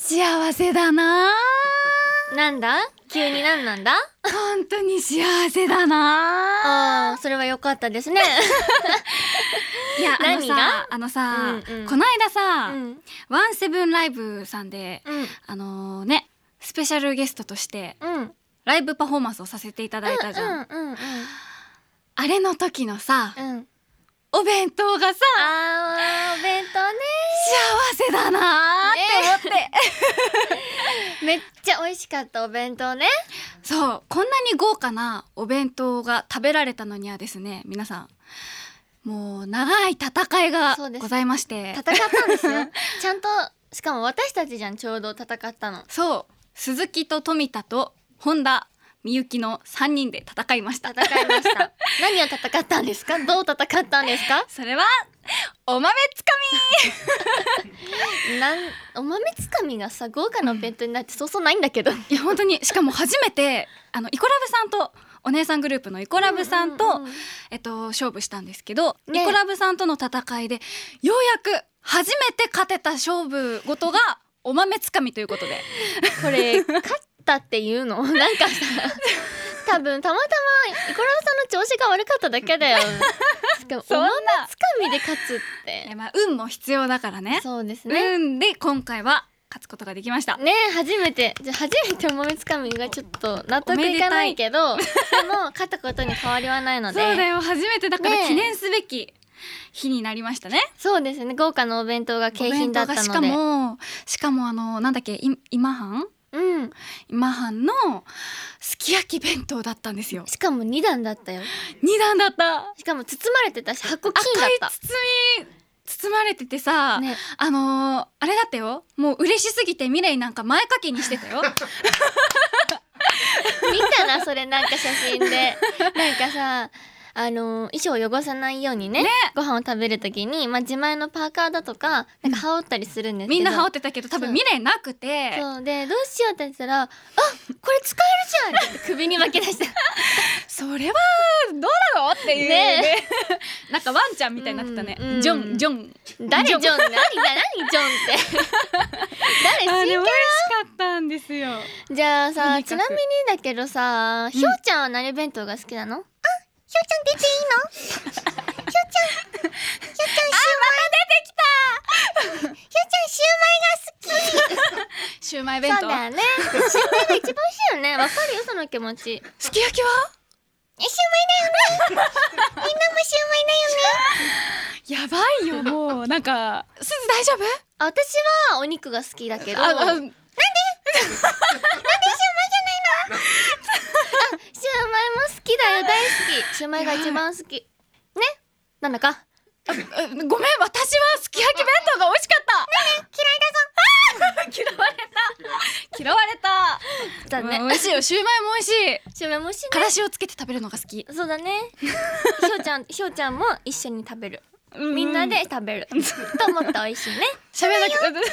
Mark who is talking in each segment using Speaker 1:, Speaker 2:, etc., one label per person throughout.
Speaker 1: 幸せだな
Speaker 2: なんだ急になんなんだ
Speaker 1: 本当に幸せだな
Speaker 2: ああ、それは良かったですね。
Speaker 1: いやあの
Speaker 2: 何が
Speaker 1: さあのさ、
Speaker 2: うんうん
Speaker 1: こないださ、
Speaker 2: うん。
Speaker 1: ワンセブンライブさんで
Speaker 2: うん。
Speaker 1: あのねスペシャルゲストとして
Speaker 2: うん。
Speaker 1: ライブパフォーマンスをさせていただいたじゃん、
Speaker 2: うん。うん。
Speaker 1: あれの時のさ
Speaker 2: うん。
Speaker 1: お弁当がさ
Speaker 2: あー、お弁当ね。
Speaker 1: 幸せだなって思って、
Speaker 2: めっちゃ美味しかったお弁当ね。
Speaker 1: そうこんなに豪華なお弁当が食べられたのにはですね皆さんもう長い戦いが
Speaker 2: そうです
Speaker 1: ございまして
Speaker 2: 戦ったん ですよ。ちゃんと、しかも私たちじゃん、ちょうど戦ったの。
Speaker 1: そう鈴木と富田と本田みゆきの3人で戦いました
Speaker 2: 戦いました。 何を戦ったんですかどう戦ったんですか
Speaker 1: それはお豆つか
Speaker 2: なん、お豆つかみがさ、豪華なお弁当になってそうそうないんだけど。
Speaker 1: みいや本当にしかも初めてあのイコラブさんとお姉さんグループのイコラブさんと、
Speaker 2: うう
Speaker 1: えっと、勝負したんですけど、
Speaker 2: ね
Speaker 1: イコラブさんとの戦いでようやく初めて勝てた勝負ごとがお豆つかみということで
Speaker 2: これ勝ったっていうの なんかさ多分たまたまイコラブさんの調子が悪かっただけだよしかもお
Speaker 1: んな
Speaker 2: 豆つかみで勝つっ
Speaker 1: い
Speaker 2: て
Speaker 1: やまあ運も必要だからね
Speaker 2: そうですね
Speaker 1: 運で今回は勝つことができました、
Speaker 2: ねえ初めてじゃあ初めてお豆つかみがちょっと納得いかないけどでも勝ったことに変わりはないの
Speaker 1: そう
Speaker 2: で
Speaker 1: だよ初めてだから
Speaker 2: ね
Speaker 1: 記念すべき日になりましたね
Speaker 2: そうですね豪華なお弁当が景品だったので
Speaker 1: お弁当がしかもしかもあのなんだっけい今半
Speaker 2: うん、
Speaker 1: 今半のすき焼き弁当だったんですよ
Speaker 2: しかも2段だったよ
Speaker 1: 二段だった
Speaker 2: しかも包まれてたし箱金だっ
Speaker 1: 赤い包み包まれててさ、
Speaker 2: た、ね、
Speaker 1: あのーあれだったよもう嬉しすぎてミレイなんか前掛けにしてた よ
Speaker 2: 見たなそれなんか写真 でなんかさあのー衣装を汚さないようにね
Speaker 1: ね
Speaker 2: ご飯を食べるときに、まあ、自前のパーカーだとかなんか羽織ったりするんですけど、
Speaker 1: みんな羽織っ
Speaker 2: って
Speaker 1: たけど多
Speaker 2: そ
Speaker 1: 分
Speaker 2: う
Speaker 1: ミレイなくて
Speaker 2: そうでどうしようって言ったら「あこれ使えるじゃん!」って首に巻き出 した
Speaker 1: それはどうだろうっていうね なんかワンちゃんみたいになってたね、
Speaker 2: うんうん
Speaker 1: ジョンジョン
Speaker 2: 誰ジョン
Speaker 1: ジョン
Speaker 2: 何だ何ジョン って
Speaker 1: あれ
Speaker 2: 誰し
Speaker 1: 美味しかったんですよ
Speaker 2: じゃあ
Speaker 1: と
Speaker 2: さ
Speaker 1: にかく
Speaker 2: ちなみにだけどさひょうちゃんは何弁当が好きなの、あひょうちゃん出ていいの
Speaker 1: シューマイ弁
Speaker 2: そ
Speaker 1: 当
Speaker 2: うだよねシュウマイが一番美味しいよねわかるよその気持ち
Speaker 1: すき焼きは
Speaker 2: えシュウマイだよねみんなもシュウマイだよね
Speaker 1: やばい よもうなんかすず大丈夫
Speaker 2: あ私はお肉が好きだけどシュウ
Speaker 1: あ
Speaker 2: マ
Speaker 1: あ
Speaker 2: イも好きだよ大好きシュウマイが一番好きねなんだか
Speaker 1: あごめん私はすき焼き弁当が美味しかったねね 嫌いだぞ嫌われた嫌われた
Speaker 2: だね
Speaker 1: うん美味しいよシューマイも美味しい
Speaker 2: シュウマイも美味しい
Speaker 1: からしをつけて食べるのが好き
Speaker 2: ねそうだねひょうちゃん ひょうちゃんも一緒に食べるみんなで食べ ると思ったら美味しいね
Speaker 1: 喋らなくて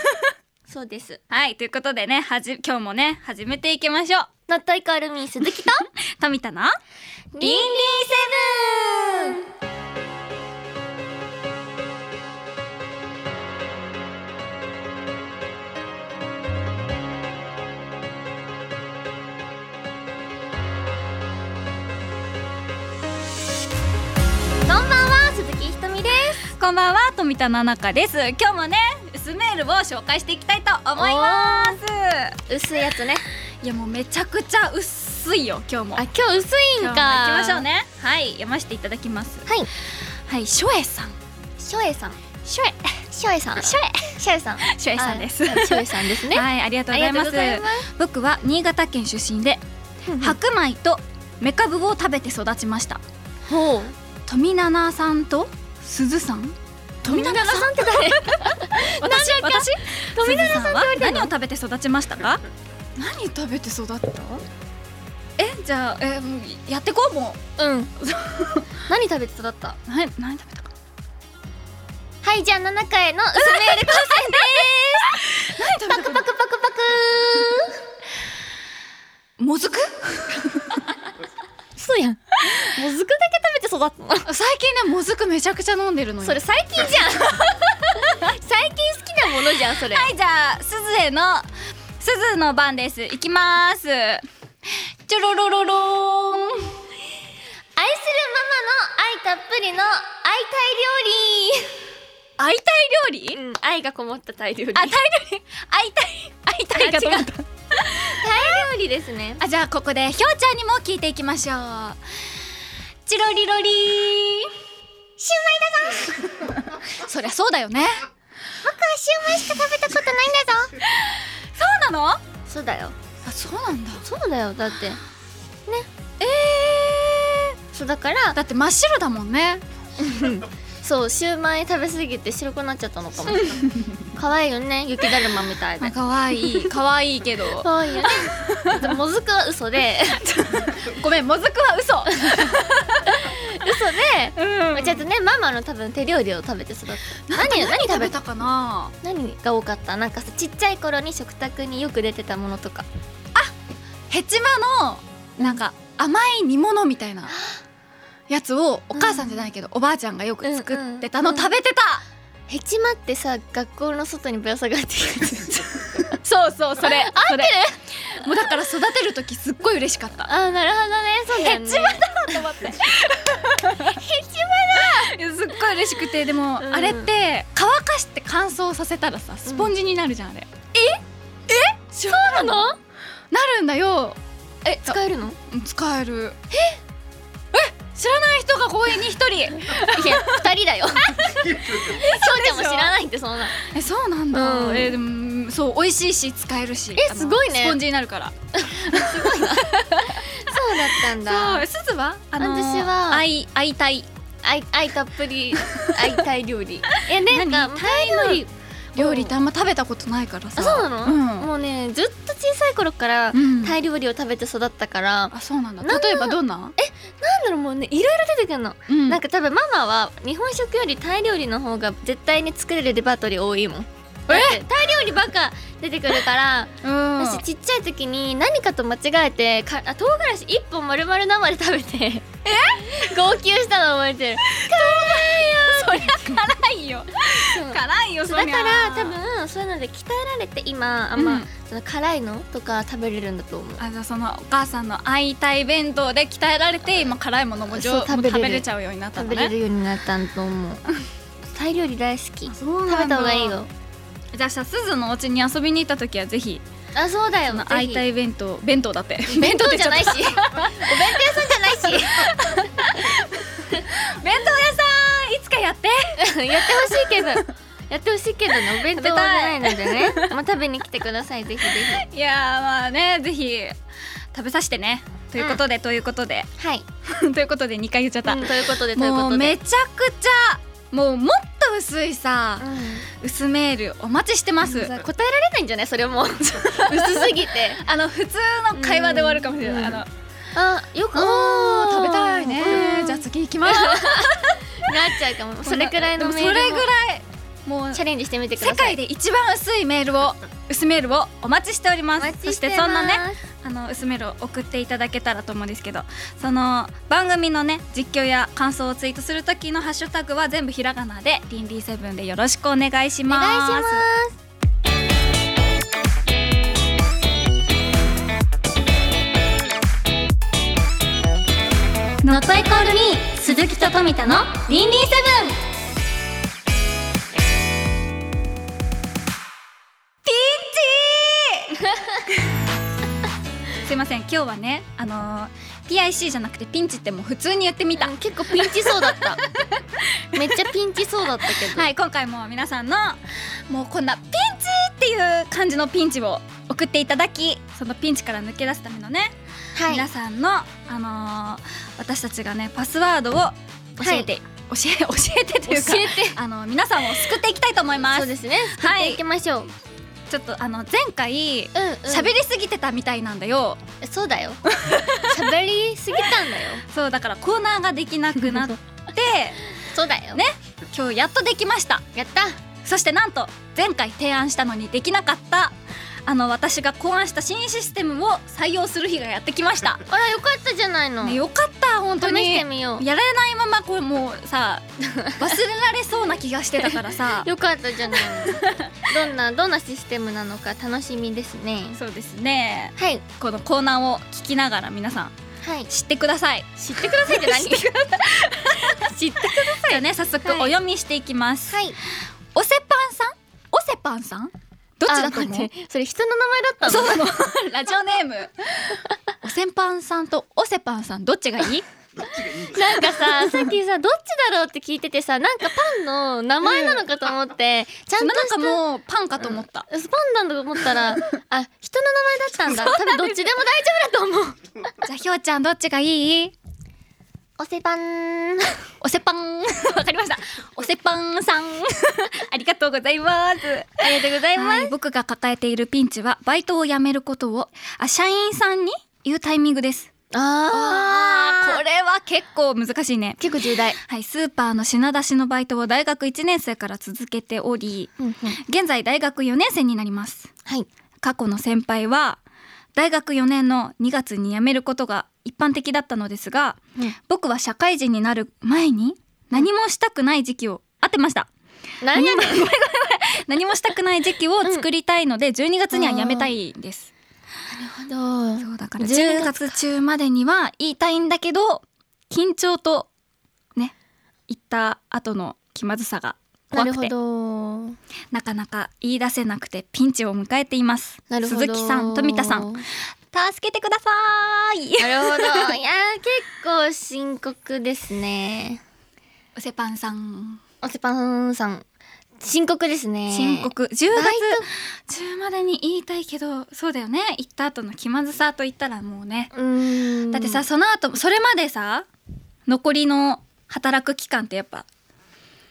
Speaker 2: そうです
Speaker 1: はいということでねはじ今日もね始めていきましょう
Speaker 2: 納豆イカアルミン 鈴木と
Speaker 1: 富田の
Speaker 2: リンリンセブンこんばんは鈴木ひとみです
Speaker 1: こんばんは富田奈々香です今日もね薄メールを紹介していきたいと思います
Speaker 2: 薄いやつね
Speaker 1: いやもうめちゃくちゃ薄いよ今日も
Speaker 2: あ今日薄いん
Speaker 1: 今
Speaker 2: か
Speaker 1: 日も行きましょうねはい読ませていただきます
Speaker 2: はい
Speaker 1: はいショエさん
Speaker 2: しょえさん
Speaker 1: ショエ
Speaker 2: しょえさん
Speaker 1: ショエ
Speaker 2: しょえさん
Speaker 1: ショエさんです
Speaker 2: あしょえさんです ね
Speaker 1: はいありがとうございます
Speaker 2: ありがとうござい
Speaker 1: 僕は新潟県出身で
Speaker 2: ます
Speaker 1: 白米とメカブを食べて育ちました
Speaker 2: ほう
Speaker 1: 富永さんと鈴さん富永さん
Speaker 2: んって誰
Speaker 1: 私私
Speaker 2: 富永さんって言われてん
Speaker 1: 何
Speaker 2: の
Speaker 1: を食べて育ちましたか何食べて育ったえじゃあえもうやってこうも
Speaker 2: うん。 何食べて育った。
Speaker 1: う何何食べたか
Speaker 2: はい、じゃあ七回の薄めール高専で
Speaker 1: 何食べたか
Speaker 2: す。パクパクパク
Speaker 1: もずく
Speaker 2: ー。そうやん。もずくだけ食べて育った
Speaker 1: 最近ねもずくめちゃくちゃ飲んでるのよ
Speaker 2: それ最近じゃん。最近好きなものじゃん、それ。
Speaker 1: はいじゃあすずへのすずの番ですいきますちょろろろろーん
Speaker 2: 愛するママの愛たっぷりの愛
Speaker 1: 会いたい料理、
Speaker 2: タイ料理、うん、愛がこもったタイ料理
Speaker 1: あタイ料理会いたい会いたいが
Speaker 2: あ
Speaker 1: 違
Speaker 2: 違
Speaker 1: う
Speaker 2: うタイ料理ですね
Speaker 1: あじゃあここでひょうちゃんにも聞いていきましょうチロリロリーシュウマイだぞ そりゃそうだよね
Speaker 2: 僕はシュウマイしか食べたことないんだぞ
Speaker 1: そうなのあ
Speaker 2: そうだよ
Speaker 1: そうなんだ
Speaker 2: そうだよだって
Speaker 1: え
Speaker 2: そうだか
Speaker 1: ー、
Speaker 2: ら
Speaker 1: だって真っ白だもんね
Speaker 2: そうシュウマイ食べ過ぎて白くなっちゃったのかも可愛いよね雪だるまみたい
Speaker 1: まあ
Speaker 2: で
Speaker 1: 可愛い可愛いけど
Speaker 2: 可愛いよねでももずくは嘘で
Speaker 1: ごめんもずくは嘘
Speaker 2: 嘘で
Speaker 1: う
Speaker 2: まあちょっとねママの多分手料理を食べて育った何何
Speaker 1: 何
Speaker 2: 食
Speaker 1: 食
Speaker 2: べ
Speaker 1: べ
Speaker 2: た
Speaker 1: たかな
Speaker 2: 何が多かったなんかさちっちゃい頃に食卓によく出てたものとか
Speaker 1: ヘチマのなんか甘い煮物みたいなやつをお母さんじゃないけど、おばあちゃんがよく作ってた
Speaker 2: うん
Speaker 1: の
Speaker 2: うん
Speaker 1: 食べてた、
Speaker 2: ヘチマってさ学校の外にぶら下がってる
Speaker 1: そうそうそれ合ってるもうだから育てる時すっごい嬉しかった
Speaker 2: あーなるほどねそうだよね
Speaker 1: ヘチマと思ってヘチマだすっごい嬉しくてでも、
Speaker 2: うん
Speaker 1: あれって乾かして乾燥させたらさスポンジになるじゃんあれ、ええそうなの
Speaker 2: の
Speaker 1: なるんだよえ使
Speaker 2: 使えるの
Speaker 1: 使えるええ知らない人が公園に一人
Speaker 2: いや二人だ よしょうちゃんも知らないってそんな
Speaker 1: えそうなんだ、
Speaker 2: うん
Speaker 1: えでもそう美味しいし使えるし
Speaker 2: え
Speaker 1: あの
Speaker 2: すごいね
Speaker 1: スポンジになるから
Speaker 2: そうだったん
Speaker 1: そうすずはあの
Speaker 2: 私は
Speaker 1: 愛愛たい
Speaker 2: 愛愛たっぷ り愛タイ料理えなんか
Speaker 1: 何
Speaker 2: タイ料理
Speaker 1: 料理ってあんま食べたことないからさ
Speaker 2: あそうなの、
Speaker 1: うん
Speaker 2: もうねずっと小さい頃から
Speaker 1: うん
Speaker 2: タイ料理を食べて育ったから、
Speaker 1: あそうなんだ
Speaker 2: なんな
Speaker 1: 例えばどんな
Speaker 2: なんだろうもうねいろいろ出てくるの、
Speaker 1: うん
Speaker 2: なんか多分ママは日本食よりタイ料理の方が絶対に作れるレパートリー多いもんだってタイ料理ばっか出てくるから
Speaker 1: うん
Speaker 2: 私ちっちゃい時に何かと間違えてかあ唐辛子一本丸々生で食べてえ 号泣したの覚えてる
Speaker 1: そりゃ辛いよ
Speaker 2: そう
Speaker 1: 辛いよ
Speaker 2: そ
Speaker 1: そうりゃ
Speaker 2: だから多分そういうので鍛えられて今あんま、
Speaker 1: うん
Speaker 2: その辛いのとか食べれるんだと思う
Speaker 1: あじゃあそのお母さんの愛体弁当で鍛えられて今辛いものもじょ
Speaker 2: そう
Speaker 1: もう
Speaker 2: 食
Speaker 1: 食
Speaker 2: べれる
Speaker 1: べれちゃうようになった
Speaker 2: 食
Speaker 1: の
Speaker 2: べ
Speaker 1: ね
Speaker 2: れるようになったんと思うタイ料理大好き食
Speaker 1: そう
Speaker 2: べた方がいいよ
Speaker 1: じゃあさすずのお家に遊びに行った時はぜひ
Speaker 2: あそうだよ
Speaker 1: あ
Speaker 2: ぜ
Speaker 1: の
Speaker 2: ひ
Speaker 1: 愛体弁当弁当だって
Speaker 2: 弁当
Speaker 1: って
Speaker 2: じゃないしお
Speaker 1: ちょっ
Speaker 2: 弁当屋さんじゃな
Speaker 1: と弁当屋さんいつかやって
Speaker 2: いし やってほしいけ どやってほしいけどねお弁当じゃないのでねまあ食べに来てくださいぜひぜ
Speaker 1: いやーまあねぜひ食べさせてねということで、ということで
Speaker 2: ひはい、
Speaker 1: ということで2回言っちゃった、
Speaker 2: うんということでという
Speaker 1: も
Speaker 2: こ
Speaker 1: う
Speaker 2: と
Speaker 1: め
Speaker 2: で
Speaker 1: ちゃくちゃもうもっと薄いさ、
Speaker 2: うん
Speaker 1: 薄メールお待ちしてます
Speaker 2: さ答えられないんじゃないそれ も薄すぎて
Speaker 1: あの普通の会話で終わるかもしれない、
Speaker 2: うん
Speaker 1: あの
Speaker 2: あよく
Speaker 1: あー食べたい
Speaker 2: うん
Speaker 1: ねじゃあ次行きます
Speaker 2: なっちゃうかも それくらいのメー
Speaker 1: で
Speaker 2: ル
Speaker 1: もそれ
Speaker 2: も
Speaker 1: ぐらいもう
Speaker 2: チャレンジしてみてく
Speaker 1: 世
Speaker 2: ださ
Speaker 1: 界
Speaker 2: い
Speaker 1: で一番薄いメールを薄メールをお待ちしておりますそしてそんなねあの薄メールを送っていただけたらと思うんですけどその番組のね実況や感想をツイートする時のハッシュタグは全部ひらがなで「リンリーセブン」でよろしくお願いし
Speaker 2: お
Speaker 1: ます。
Speaker 2: 願いします
Speaker 1: ノットイコールミー鈴木と富田のリンリンセブンピンチ すいません今日はねあのー PIC じゃなくてピンチってもう普通に言ってみた、
Speaker 2: うん結構ピンチそうだった めっちゃピンチそうだったけど
Speaker 1: はい今回も皆さんのもうこんなピンチっていう感じのピンチを送っていただきそのピンチから抜け出すためのね
Speaker 2: はい
Speaker 1: 皆さんの、あのー私たちがねパスワードを教えて、教え 教えてというか
Speaker 2: 教え
Speaker 1: あの皆さんを救っていきたいと思いま
Speaker 2: そう
Speaker 1: す
Speaker 2: ですね
Speaker 1: は
Speaker 2: 行
Speaker 1: い
Speaker 2: きましょう
Speaker 1: ちょっとあの前回
Speaker 2: うんうん
Speaker 1: 喋、りすぎてたみたいなんだよ
Speaker 2: そうだよ喋りすぎたんだよ
Speaker 1: そうだからコーナーができなくなって
Speaker 2: そうだよ
Speaker 1: ね今日やっとできました
Speaker 2: やった
Speaker 1: そしてなんと前回提案したのにできなかったあの私が考案した新システムを採用する日がやってきました、
Speaker 2: あらよかったじゃないの、
Speaker 1: ね、よかった本当
Speaker 2: 試
Speaker 1: に
Speaker 2: して
Speaker 1: や
Speaker 2: みよ
Speaker 1: られないままこれもうさ忘れられそうな気がしてたからさ
Speaker 2: う よかったじゃないのどんなどんなシステムなのか楽しみですね
Speaker 1: そうですね
Speaker 2: はい
Speaker 1: このコーナーを聞きながら皆さん
Speaker 2: はい
Speaker 1: 知ってください
Speaker 2: 知ってくださいって 何知ってくだ
Speaker 1: じゃあね早速
Speaker 2: はい
Speaker 1: お読みしていきます、
Speaker 2: はい
Speaker 1: おせぱんさんおせぱんさんどっちだと思
Speaker 2: あ
Speaker 1: う
Speaker 2: 待ってそれ人の名前だった
Speaker 1: そ
Speaker 2: の
Speaker 1: うなの ラジオネームおせんぱんさんとおせぱんさんどっちがいい
Speaker 2: なんかささっきさどっちだろうって聞いててさなんかパンの名前なのかと思って、ちゃんと
Speaker 1: なん
Speaker 2: した
Speaker 1: かもうパンかと思った、
Speaker 2: スパンだと思 ったらあ人の名前だったんだ多分どっちでも大丈夫だと思う
Speaker 1: じゃあひょうちゃんどっちがいい
Speaker 2: おせパン
Speaker 1: おせぱん わかりましたおせぱんさんありがとうございます
Speaker 2: ありがとうございます、
Speaker 1: はい、僕が抱えているピンチはバイトを辞めることをあ社員さんに言うタイミングです
Speaker 2: あー
Speaker 1: これは結構難しいね
Speaker 2: 結構重大
Speaker 1: はいスーパーの品出しのバイトを大学1年生から続けており現在大学4年生になります
Speaker 2: はい
Speaker 1: 過去の先輩は大学4年の2月に辞めることが一般的だったのですが僕は社会人になる前に何もしたくない時期を合ってました
Speaker 2: 何やねん
Speaker 1: 何もしたくない時期を作りたいので12月には辞めたいです、
Speaker 2: ど
Speaker 1: そうだから10
Speaker 2: 12
Speaker 1: 月中までには言いたいんだけど緊張とね言った後の気まずさが
Speaker 2: な
Speaker 1: 怖
Speaker 2: る
Speaker 1: く
Speaker 2: ほ
Speaker 1: てな
Speaker 2: ど
Speaker 1: かなか言い出せなくてピンチを迎えています
Speaker 2: なるほど
Speaker 1: 鈴木さん富田さん
Speaker 2: なる
Speaker 1: 助けてください
Speaker 2: ほどいやー結構深刻ですね
Speaker 1: おせぱんさん
Speaker 2: おせパンさん深刻ですね
Speaker 1: 深刻10月
Speaker 2: バイ
Speaker 1: 中までに言いたいけどそうだよね行った後の気まずさと言ったらもうね、
Speaker 2: トうーん
Speaker 1: だってさその後それまでさ残りの働く期間ってやっぱ、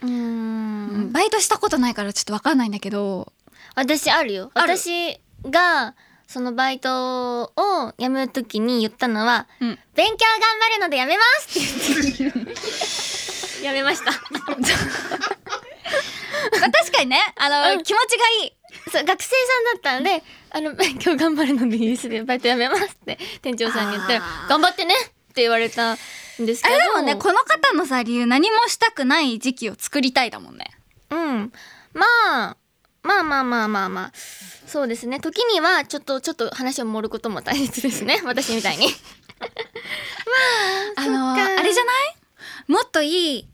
Speaker 2: うーん
Speaker 1: バイトしたことないからちょっとわかんないんだけど
Speaker 2: 私あるよ
Speaker 1: ある
Speaker 2: 私がそのバイトを辞めるときに言ったのは
Speaker 1: うん
Speaker 2: 「勉強頑張るので辞めます」 って言って辞めました
Speaker 1: 確かにねあの、
Speaker 2: うん
Speaker 1: 気持ちがいい
Speaker 2: そう学生さんだったので「あの 勉強頑張るのでいいですねバイト辞めます」って店長さんに言ったら
Speaker 1: あ
Speaker 2: 「
Speaker 1: ー
Speaker 2: 頑張ってね」って言われたんです
Speaker 1: あ
Speaker 2: けど
Speaker 1: れだもんねこの方のさ理由何もしたくない時期を作りたいだもんね
Speaker 2: うん、まあまあまあまあまあまあそうですね時にはちょっとちょっと話を盛ることも大切です ね私みたいに
Speaker 1: あ
Speaker 2: そっ
Speaker 1: の
Speaker 2: か
Speaker 1: あれじゃないもっといい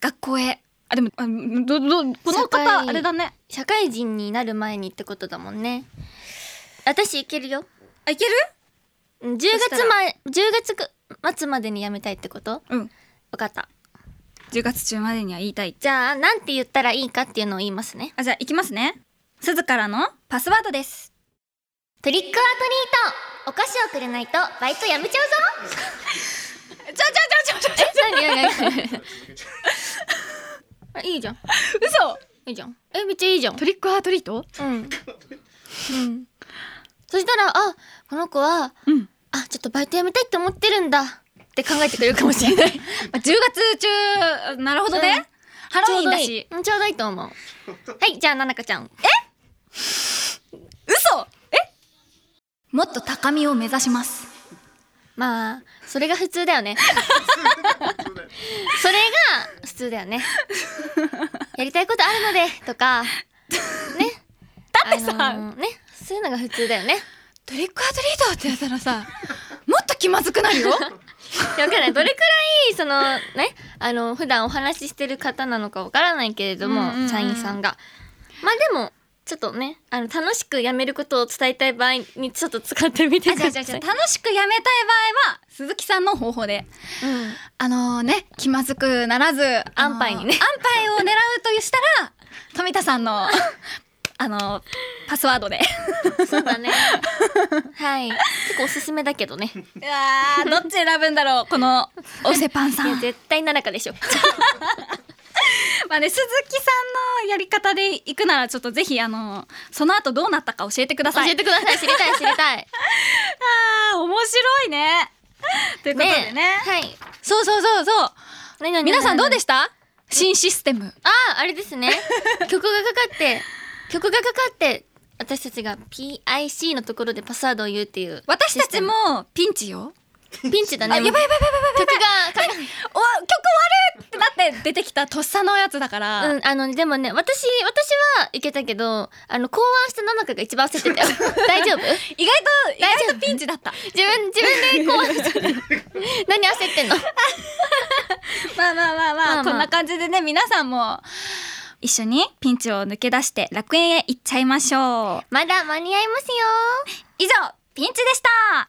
Speaker 1: 学校へあでもあどどこの
Speaker 2: 社会
Speaker 1: 方あれだね
Speaker 2: 社会人になる前にってことだもんね私いけるよ
Speaker 1: あいける
Speaker 2: うん10
Speaker 1: した
Speaker 2: 月
Speaker 1: ら
Speaker 2: ま10月く末までに辞めたいってこと
Speaker 1: うん
Speaker 2: 分かった
Speaker 1: 10月中までには言いたい
Speaker 2: じゃあなんて言ったらいいかっていうのを言いますね
Speaker 1: あじゃあ行きますねすずからのパスワードです
Speaker 2: トリックアートリートお菓子をくれないとバイト辞めちゃうぞ
Speaker 1: ちょちょちょちょちょ
Speaker 2: あいいじゃん
Speaker 1: 嘘
Speaker 2: いいじゃんえめっちゃいいじゃん
Speaker 1: トリックアートリート
Speaker 2: うん、うん、そしたらあこの子は
Speaker 1: うん
Speaker 2: あちょっとバイト辞めたいって思ってるんだって考えてくれるかもしれない
Speaker 1: 10月中なるほどね、
Speaker 2: うん
Speaker 1: ハロウィンだし
Speaker 2: うんちょうどいいと思うはいじゃあななかちゃん
Speaker 1: 嘘えもっと高みを目指します
Speaker 2: まあそれが普通だよねそれが普通だよねやりたいことあるのでとかね
Speaker 1: だ ってさ
Speaker 2: あのーねそういうのが普通だよね
Speaker 1: トリックアートリートってやったらさもっと気まずくなるよ
Speaker 2: いやわかんないどれくらいそのねあの普段お話ししてる方なのかわからないけれども、
Speaker 1: うんうんうん
Speaker 2: 社員さんがまあでもちょっとねあの楽しく辞めることを伝えたい場合にちょっと使ってみて
Speaker 1: あ
Speaker 2: く
Speaker 1: じゃあ
Speaker 2: だ
Speaker 1: じ
Speaker 2: さ
Speaker 1: ゃあ
Speaker 2: い
Speaker 1: じゃあ楽しくやめたい場合は鈴木さんの方法で
Speaker 2: うん
Speaker 1: あのね気まずくならずあの
Speaker 2: 安牌にね
Speaker 1: 安牌を狙うとしたら富田さん のあのパスワードで
Speaker 2: そう だねはい結構おすすめだけどね
Speaker 1: いやーどっち選ぶんだろうこのおせパンさ
Speaker 2: いや
Speaker 1: ん。
Speaker 2: 絶対ななかでしょ
Speaker 1: まあね鈴木さんのやり方で行くならちょっとぜひあのその後どうなったか教えてくだ
Speaker 2: 教
Speaker 1: さい。
Speaker 2: えてください知りたい知りたい
Speaker 1: あー面白いね。 ということでね。
Speaker 2: はい
Speaker 1: そうそうそうそう。
Speaker 2: 何々
Speaker 1: 皆さんどうでした？新システム。
Speaker 2: あああれですね曲がかかって曲がかかって私たちが PIC のところでパスワードを言うっていう
Speaker 1: 私たちもピンチよ
Speaker 2: ピンチだ
Speaker 1: あ
Speaker 2: ね
Speaker 1: やばいやばいやばいやばい
Speaker 2: 曲がか
Speaker 1: お曲終わるってなって出てきたとっさのやつだから、
Speaker 2: うん、あのでもね私私はいけたけどあの考案した七香が一番焦ってたよ 大丈夫
Speaker 1: 意外と意外とピンチだった
Speaker 2: 自分自分で考案した何焦ってんの
Speaker 1: まあまあまあまあ、
Speaker 2: まあまあ
Speaker 1: こんな感じでね皆さんも一緒にピンチを抜け出して楽園へ行っちゃいましょう
Speaker 2: まだ間に合いますよ
Speaker 1: 以上ピンチでした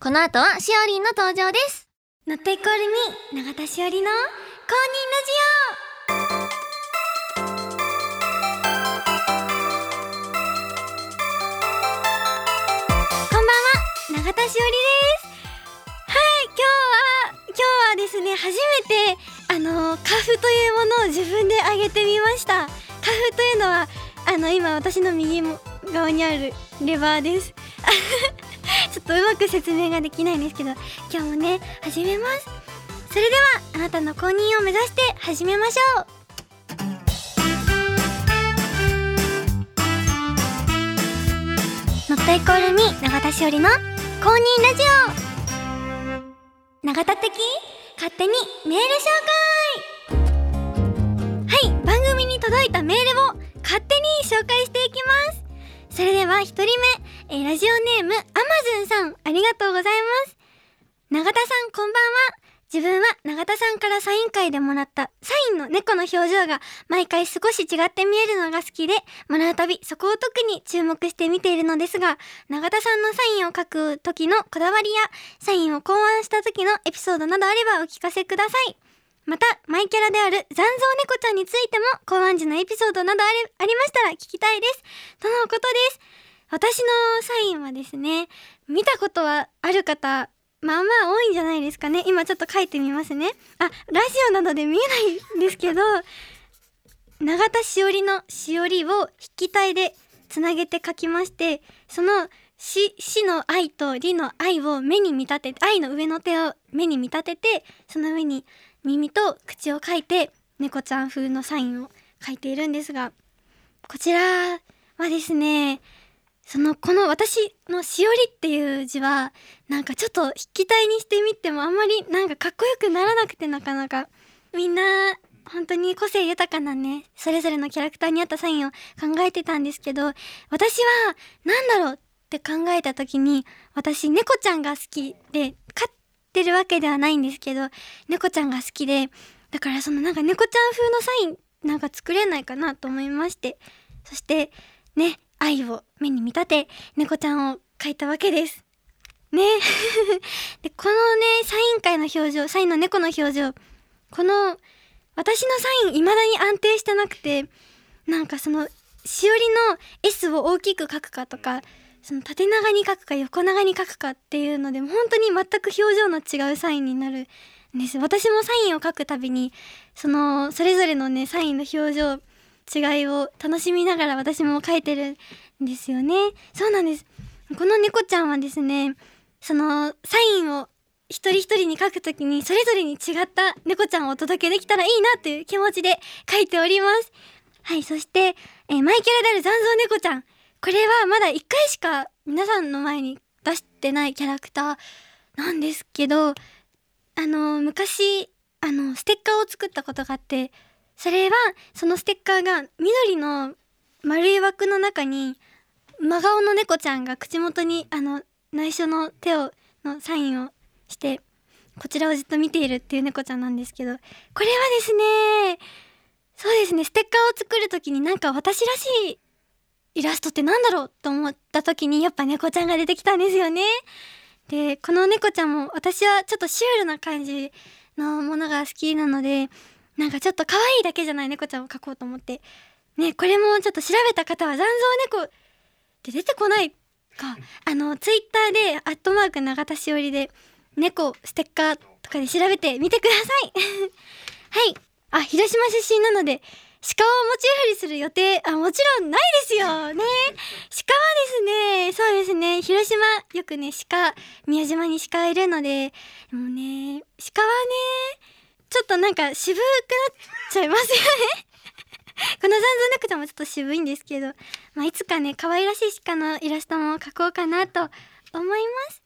Speaker 2: この後はしおりんの登場です
Speaker 3: ノットイコールミー永田しおりの公認ラジオこんばんは永田しおりですはい今日は今日はですね初めてあのカフというものを自分で上げてみましたカフというのはあの今私の右も側にあるレバーですちょっとうまく説明ができないんですけど今日もね始めますそれではあなたの公認を目指して始めましょうノットイコールミ永田しおりの公認ラジオ永田的勝手にメール紹介はい番組に届いたメールを勝手に紹介していきますそれでは一人目、えーラジオネームアマズンさんありがとうございます永田さんこんばんは自分は永田さんからサイン会でもらったサインの猫の表情が毎回少し違って見えるのが好きでもらうたびそこを特に注目して見ているのですが永田さんのサインを書く時のこだわりやサインを考案した時のエピソードなどあればお聞かせくださいまたマイキャラである残像猫ちゃんについても考案時のエピソードなどあれありましたら聞きたいですとのことです私のサインはですね見たことはある方まあまあ多いんじゃないですかね今ちょっと書いてみますねあラジオなどで見えないんですけど 永田しおりのしおりを筆記体でつなげて書きましてそのししの愛とりの愛を目に見立てて愛の上の手を目に見立ててその上に耳と口を書いて猫ちゃん風のサインを書いているんですがこちらはですねそのこの私の「しおり」っていう字はなんかちょっと筆記体にしてみてもあんまりなんかかっこよくならなくてなかなかみんな本当に個性豊かなねそれぞれのキャラクターに合ったサインを考えてたんですけど私は何だろうって考えた時に私猫ちゃんが好きで飼ってるわけではないんですけど猫ちゃんが好きでだからそのなんか猫ちゃん風のサインなんか作れないかなと思いましてそしてね愛を目に見立て猫ちゃんを描いたわけです。ね でこのねサイン会の表情サインの猫の表情この私のサイン未だに安定してなくてなんかそのしおりの S を大きく書くかとかその縦長に書くか横長に書くかっていうので本当に全く表情の違うサインになるんです私もサインを書くたびにそのそれぞれのねサインの表情違いを楽しみながら私も書いてるんですよねそうなんですこの猫ちゃんはですねそのサインを一人一人に書くときにそれぞれに違った猫ちゃんをお届けできたらいいなという気持ちで書いておりますはいそして、えーマイキャラである残像猫ちゃんこれはまだ1回しか皆さんの前に出してないキャラクターなんですけどあの昔あのステッカーを作ったことがあってそれはそのステッカーが緑の丸い枠の中に真顔の猫ちゃんが口元にあの内緒の手をのサインをしてこちらをじっと見ているっていう猫ちゃんなんですけどこれはですねそうですねステッカーを作る時になんか私らしいイラストってなんだろうと思った時にやっぱ猫ちゃんが出てきたんですよね。でこの猫ちゃんも私はちょっとシュールな感じのものが好きなのでなんかちょっと可愛いだけじゃない猫ちゃんを描こうと思ってねこれもちょっと調べた方は残像猫って出てこないかあのツイッターで「アットマーク永田しおり」で「猫ステッカー」とかで調べてみてくださいはい あ広島出身なので鹿をモチーフにする予定あもちろんないですよね鹿はですねそうですね広島よくね鹿宮島に鹿いるのでもうね鹿はねちょっとなんか渋くなっちゃいますよね この残像猫ちゃんもちょっと渋いんですけど、まあ、いつかね可愛らしい鹿のイラストも描こうかなと思います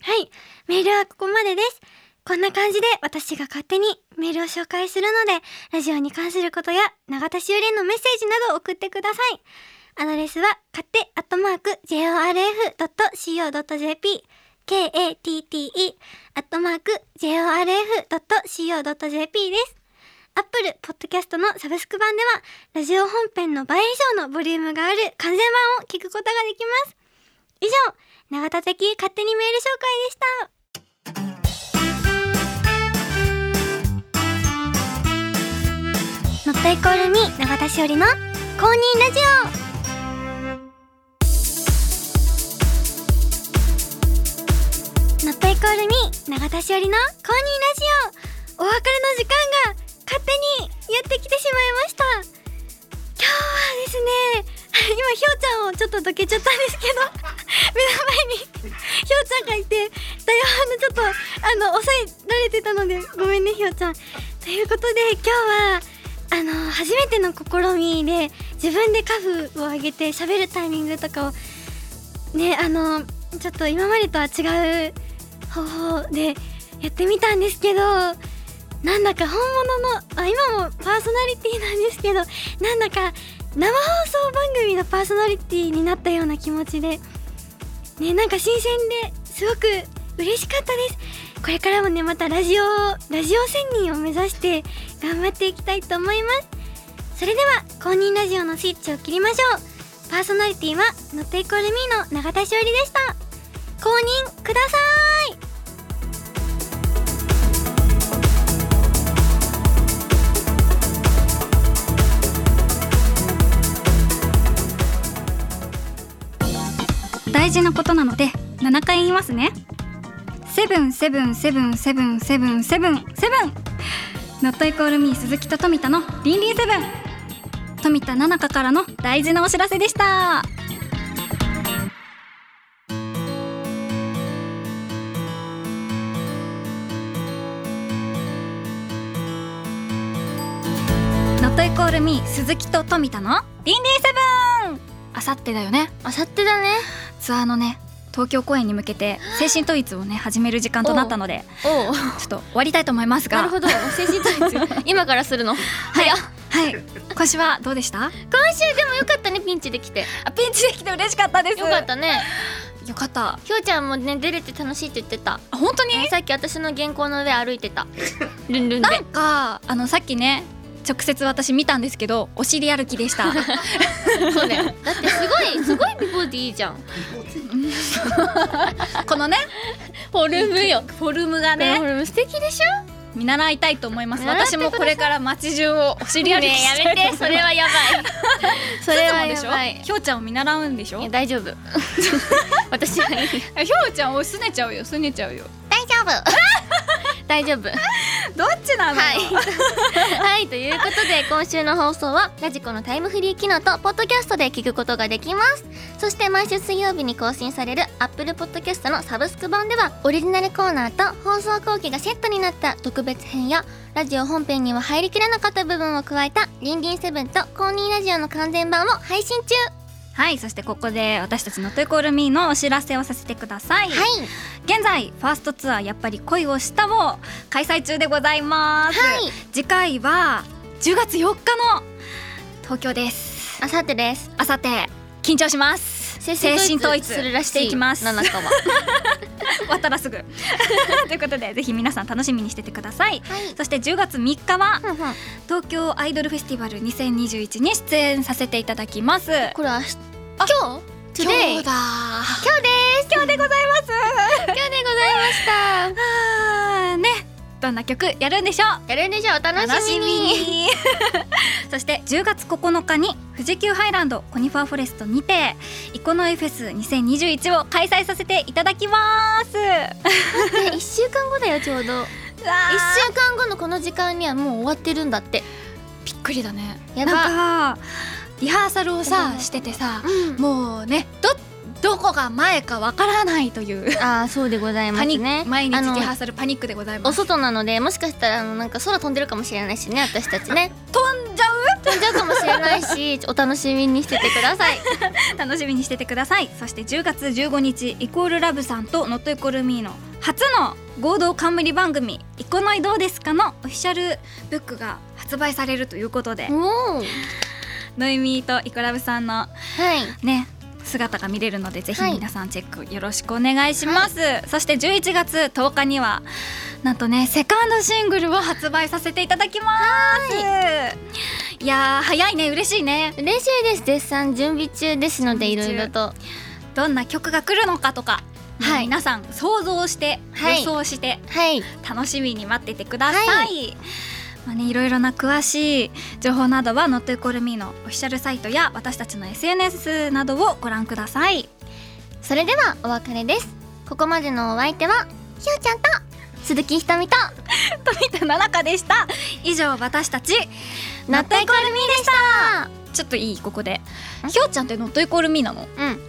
Speaker 3: はいメールはここまでですこんな感じで私が勝手にメールを紹介するのでラジオに関することや永田修練のメッセージなどを送ってくださいアドレスは勝手アットマーク JORF.CO.JP KATTE アットマーク JORF.CO.JP ですアップルポッドキャストのサブスク版ではラジオ本編の倍以上のボリュームがある完全版を聞くことができます以上永田的勝手にメール紹介でしたノットイコールに永田しおりの公認ラジオノットイコールに永田しおりの公認ラジオお別れの時間が勝手にやってきてしまいました今日はですね今ひょうちゃんをちょっとどけちゃったんですけど 目の前にひょうちゃんがいて台本のちょっとあの抑えられてたのでごめんねひょうちゃんということで今日はあの初めての試みで自分でカフを上げて喋るタイミングとかをねあのちょっと今までとは違う方法でやってみたんですけどなんだか本物のあ今もパーソナリティなんですけどなんだか生放送番組のパーソナリティになったような気持ちでねなんか新鮮ですごく嬉しかったですこれからもねまたラジオラジオ仙人を目指して頑張っていきたいと思いますそれでは公認ラジオのスイッチを切りましょうパーソナリティはノットイコールミーの永田しおりでした公認ください
Speaker 1: 大事なことなので7回言いますねセブンセブンセブンセブンセブンセブンセブンノットイコールミー鈴木と富田のリンリンセブン富田七香からの大事なお知らせでしたノットイコールミー鈴木と富田のリンリンセブンあさってだよね
Speaker 2: あさってだね
Speaker 1: ツアーのね東京公演に向けて精神統一をね始める時間となったので
Speaker 2: おう
Speaker 1: ちょっと終わりたいと思いますが
Speaker 2: なるほど精神統一 今からするの
Speaker 1: はい、はい、今週はどうでした
Speaker 2: 今週でもよかったねピンチできて
Speaker 1: あピンチできて嬉しかったです
Speaker 2: よかったね
Speaker 1: よかった
Speaker 2: ひょうちゃんもね出れて楽しいって言ってた
Speaker 1: あ本当に
Speaker 2: さっき私の原稿の上歩いてたルンルンで
Speaker 1: なんかあのさっきね直接私見たんですけどお尻歩きでした
Speaker 2: そうだよだってすごいすごい美ボディいいじ ゃん
Speaker 1: このね
Speaker 2: フォルムよ
Speaker 1: フォルムが
Speaker 2: フ
Speaker 1: ね
Speaker 2: ォルム素敵でしょ
Speaker 1: 見習いたいと思います
Speaker 2: 見習って
Speaker 1: 私もこれから街中をお尻歩きしたいと思います
Speaker 2: はやばい それ
Speaker 1: すず
Speaker 2: はや
Speaker 1: も
Speaker 2: ば
Speaker 1: でし
Speaker 2: い
Speaker 1: ょひょうちゃんを見習うんでしょ
Speaker 2: い
Speaker 1: ひ
Speaker 2: や大丈 夫私はいい
Speaker 1: ょうちゃんをすねちゃうよすねちゃうよ
Speaker 2: 大丈夫 大丈夫
Speaker 1: どっちなの、
Speaker 2: はいはいということで今週の放送はラジコのタイムフリー機能とポッドキャストで聞くことができますそして毎週水曜日に更新される Apple Podcast のサブスク版ではオリジナルコーナーと放送後期がセットになった特別編やラジオ本編には入りきらなかった部分を加えた「リンリンセブンと「公認ラジオ」の完全版を配信中
Speaker 1: はい、そしてここで私たちのトイコールミーのお知らせをさせてください。
Speaker 2: はい
Speaker 1: 現在ファーストツアーやっぱり恋をしたを開催中でございます。
Speaker 2: はい
Speaker 1: 次回は10月4日の東京です。
Speaker 2: あさってです
Speaker 1: あさって緊張します。
Speaker 2: するらしい
Speaker 1: していきます。
Speaker 2: な
Speaker 1: 終
Speaker 2: なかは
Speaker 1: わったら すぐ。ということでぜひ皆さん楽しみにしててください。
Speaker 2: はい
Speaker 1: そして10月3日は
Speaker 2: ふんふん
Speaker 1: 東京アイドルフェスティバル2021に出演させていただきます。
Speaker 2: これは今日
Speaker 1: 今日だ。
Speaker 2: today 今日です今日でございます今日でございました
Speaker 1: あーねどんな曲やるんでしょう
Speaker 2: やるんでしょうお楽しみに
Speaker 1: に そして10月9日に富士急ハイランドコニファーフォレストにてイコノイフェス2021を開催させていただきます
Speaker 2: ね一週間後だよちょうど一週間後のこの時間にはもう終わってるんだって
Speaker 1: びっくりだね
Speaker 2: やば
Speaker 1: なんかリハーサルを
Speaker 2: う
Speaker 1: さ
Speaker 2: ん
Speaker 1: しててさ
Speaker 2: うん
Speaker 1: もうねどどこが前かわからないという
Speaker 2: ああそうでございま
Speaker 1: パ
Speaker 2: す
Speaker 1: ニッ
Speaker 2: ね
Speaker 1: ク毎日
Speaker 2: あの
Speaker 1: リハーサルパニックでございま
Speaker 2: お
Speaker 1: す
Speaker 2: 外なのでもしかしたらあのなんか空飛んでるかもしれないしね私たちね
Speaker 1: 飛んじゃう
Speaker 2: 飛んんじゃうかもしれない しお楽しみにしててください
Speaker 1: 楽しみにしててくださいそして10月15日イコールラブさんとノットイコールミーの初の合同冠番組「イコノイどうですか?」のオフィシャルブックが発売されるということで
Speaker 2: おおはい
Speaker 1: ノイミーとイコラブさんのね姿が見れるのでぜひ
Speaker 2: はい
Speaker 1: 皆さんチェックよろしくお願いします、そして11月10日にはなんとねセカンドシングルを発売させていただきます、い、やー早いね嬉しいね
Speaker 2: 嬉しいです絶賛準備中ですのでいろいろと
Speaker 1: どんな曲が来るのかとか、
Speaker 2: はい
Speaker 1: 皆さん想像して、
Speaker 2: はい
Speaker 1: 予想して
Speaker 2: はい
Speaker 1: 楽しみに待っててください、
Speaker 2: は
Speaker 1: まあね、いろいろな詳しい情報などは「Not e c o l m e のオフィシャルサイトや私たちの SNS などをご覧ください
Speaker 2: それではお別れですここまでのお相手はひよちゃんと鈴木ひとみと
Speaker 1: 富田奈々香でした以上私たち
Speaker 2: なったいこるみでした
Speaker 1: ちょっといいここで
Speaker 2: ん
Speaker 1: ひょうちゃんって「Not e c o l m e なの
Speaker 2: うん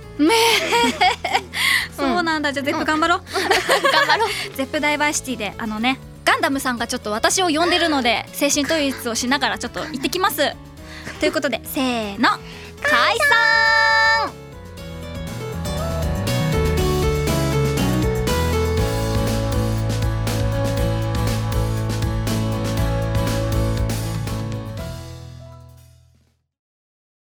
Speaker 1: そうなんだじゃあゼップ頑張ろう、
Speaker 2: 頑張ろう
Speaker 1: ゼップダイバーシティであのねガンダムさんがちょっと私を呼んでるので精神統一をしながらちょっと行ってきますということでせーの
Speaker 2: 解散